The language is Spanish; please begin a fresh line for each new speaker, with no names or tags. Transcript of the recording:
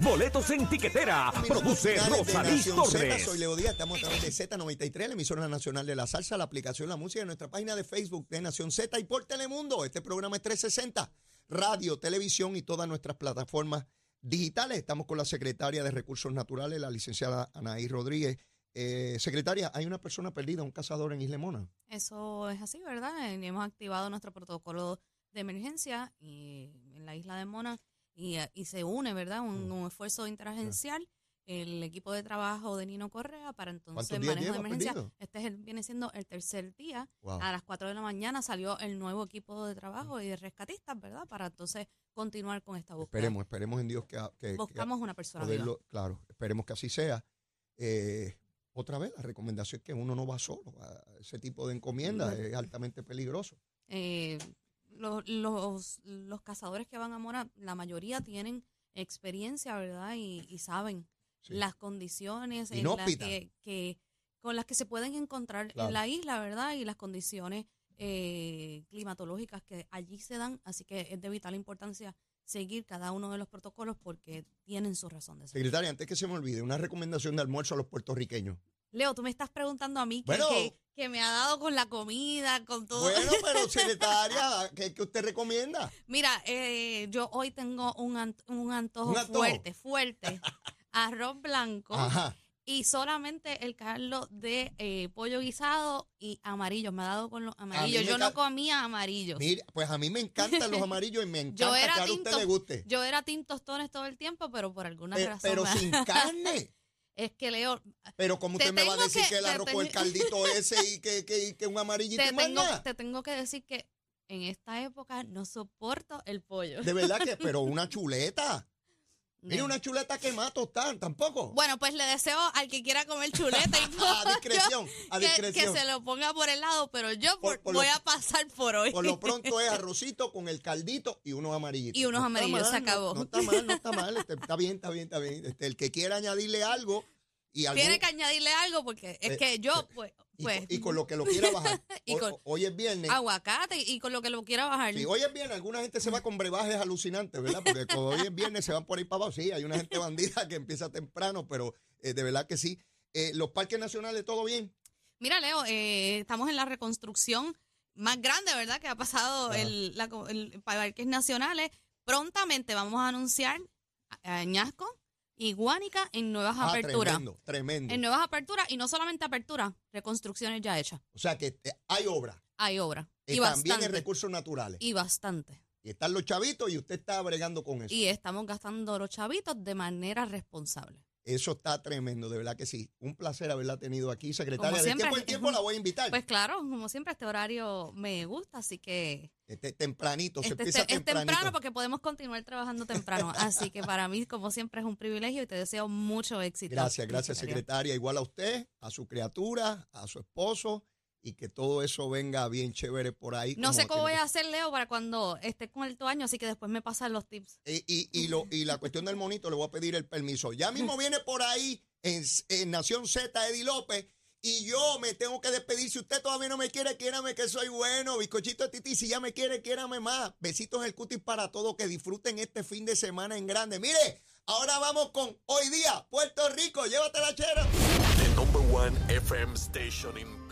Boletos en tiquetera. Produce Rosalí
Nación Z,
Torres.
soy Leo Díaz, estamos a través de Z93, la emisora nacional de la salsa, la aplicación La Música, en nuestra página de Facebook de Nación Z y por Telemundo. Este programa es 360, radio, televisión y todas nuestras plataformas digitales. Estamos con la secretaria de Recursos Naturales, la licenciada Anaí Rodríguez. Eh, secretaria, hay una persona perdida, un cazador en Islemona.
Eso es así, ¿verdad? Y Hemos activado nuestro protocolo de emergencia eh, en la isla de Mona y, eh, y se une, ¿verdad? Un,
Mm.
un esfuerzo interagencial, el equipo de trabajo de Nino Correa para entonces
días
manejo de
lleva
emergencia.
perdido? Ah.
Este es el- viene siendo el tercer día.
Wow.
A las 4 de la mañana salió el nuevo equipo de trabajo
Mm.
y de rescatistas, ¿verdad? Para entonces continuar con esta búsqueda.
Esperemos, esperemos en Dios que, que- que,
Buscamos una persona. viva.
poderlo- claro, esperemos que así sea. Eh, otra vez, la recomendación es que uno no va solo a ese tipo de encomienda, es altamente peligroso.
eh, lo- los, los cazadores que van a Mora, la mayoría tienen experiencia, ¿verdad? Y, y saben
Sí.
las condiciones en las
Inhóspita.
que, que- con las que se pueden encontrar
Claro.
en la isla, ¿verdad? Y las condiciones eh, climatológicas que allí se dan. Así que es de vital importancia seguir cada uno de los protocolos porque tienen su razón de ser.
Secretaria, antes que se me olvide, una recomendación de almuerzo a los puertorriqueños.
Leo, tú me estás preguntando a mí que,
Bueno.
que- que me ha dado con la comida, con todo.
Bueno, pero secretaria, ¿qué, qué usted recomienda?
Mira, eh, yo hoy tengo un, ant- un antojo,
¿Un antojo?
fuerte, fuerte. Arroz blanco
Ajá.
y solamente el caldo de eh, pollo guisado y amarillos. Me ha dado con los amarillos.
me
Yo no
encanta-
comía amarillos.
Mira, pues a mí me encantan los amarillos y me encanta
Yo era
que ahora a
tinto.
usted le guste.
Yo era team tostones todo el tiempo, pero por alguna
Pe-
razón.
pero
me ha-
sin carne.
Es que Leo,
Pero como
Te
usted me va a
tengo
decir
que-
que el
te
arroz con el
tengo-
caldito ese y que, que, y que un amarillito
te
y más
tengo,
nada.
te tengo que decir que en esta época no soporto el pollo.
De verdad que, pero una chuleta. Mira,
No.
una chuleta que más tostan, tampoco.
Bueno, pues le deseo al que quiera comer chuleta y
A
pollo.
discreción, a
que-
discreción.
Que, se lo ponga por el lado, pero yo
Por-
por-
por
voy
lo-
a pasar por hoy.
Por lo pronto es arrocito con el caldito y unos amarillitos.
Y unos
está
amarillos, se
mal, no-
acabó.
No, está mal, no está mal. este, está bien, está bien, está bien. Este, el que quiera añadirle algo y algún-
Tiene que añadirle algo porque es
Eh,
que yo, pues,
y,
pues,
con- y con lo que lo quiera bajar.
Y
Ho-
con- Ah,
hoy es viernes.
aguacate y con lo que lo quiera bajar.
Sí, hoy es viernes, alguna gente se va con brebajes alucinantes, ¿verdad? Porque como hoy es viernes se van por ahí para abajo. Sí, hay una gente bandida que empieza temprano, pero eh, de verdad que sí. Eh, los parques nacionales, todo bien.
Mira, Leo, eh, estamos en la reconstrucción más grande, ¿verdad? Que ha pasado
Ajá.
el, la, co- el Parques Nacionales. Prontamente vamos a anunciar a Añasco y Guánica en nuevas
Ah,
aperturas.
tremendo, tremendo.
En nuevas aperturas y no solamente aperturas, reconstrucciones ya hechas.
O sea que eh, hay obra.
Hay obra.
eh, también
y
en
bastante.
recursos naturales.
Y bastante.
Y están los chavitos y usted está bregando con eso.
y estamos gastando los chavitos de manera responsable.
Eso está tremendo, de verdad que sí. Un placer haberla tenido aquí, secretaria. de
Como siempre,
tiempo en
es
tiempo
un-
la voy a invitar.
Pues claro, como siempre, este horario me gusta, así que
Este, tempranito, se
este,
empieza
este- es
tempranito.
temprano porque podemos continuar trabajando temprano. así que para mí, como siempre, es un privilegio y te deseo mucho éxito.
Gracias, gracias,
secretario.
secretaria. Igual a usted, a su criatura, a su esposo, y que todo eso venga bien chévere por ahí.
No sé
como
cómo voy
tiene
a hacer, Leo, para cuando esté con el año, así que después me pasan los tips.
que- Y, y- y lo, y la cuestión del monito, le voy a pedir el permiso. Ya mismo viene por ahí en, en Nación Z, Eddie López. Y yo me tengo que despedir. Si usted todavía no me quiere, quiérame que soy bueno. Bizcochito de Titi, si ya me quiere, quiérame más. Besitos en el cutis para todos. Que disfruten este fin de semana en grande. Mire, ahora vamos con Hoy Día, Puerto Rico. Llévatela, chero.
The number one FM station in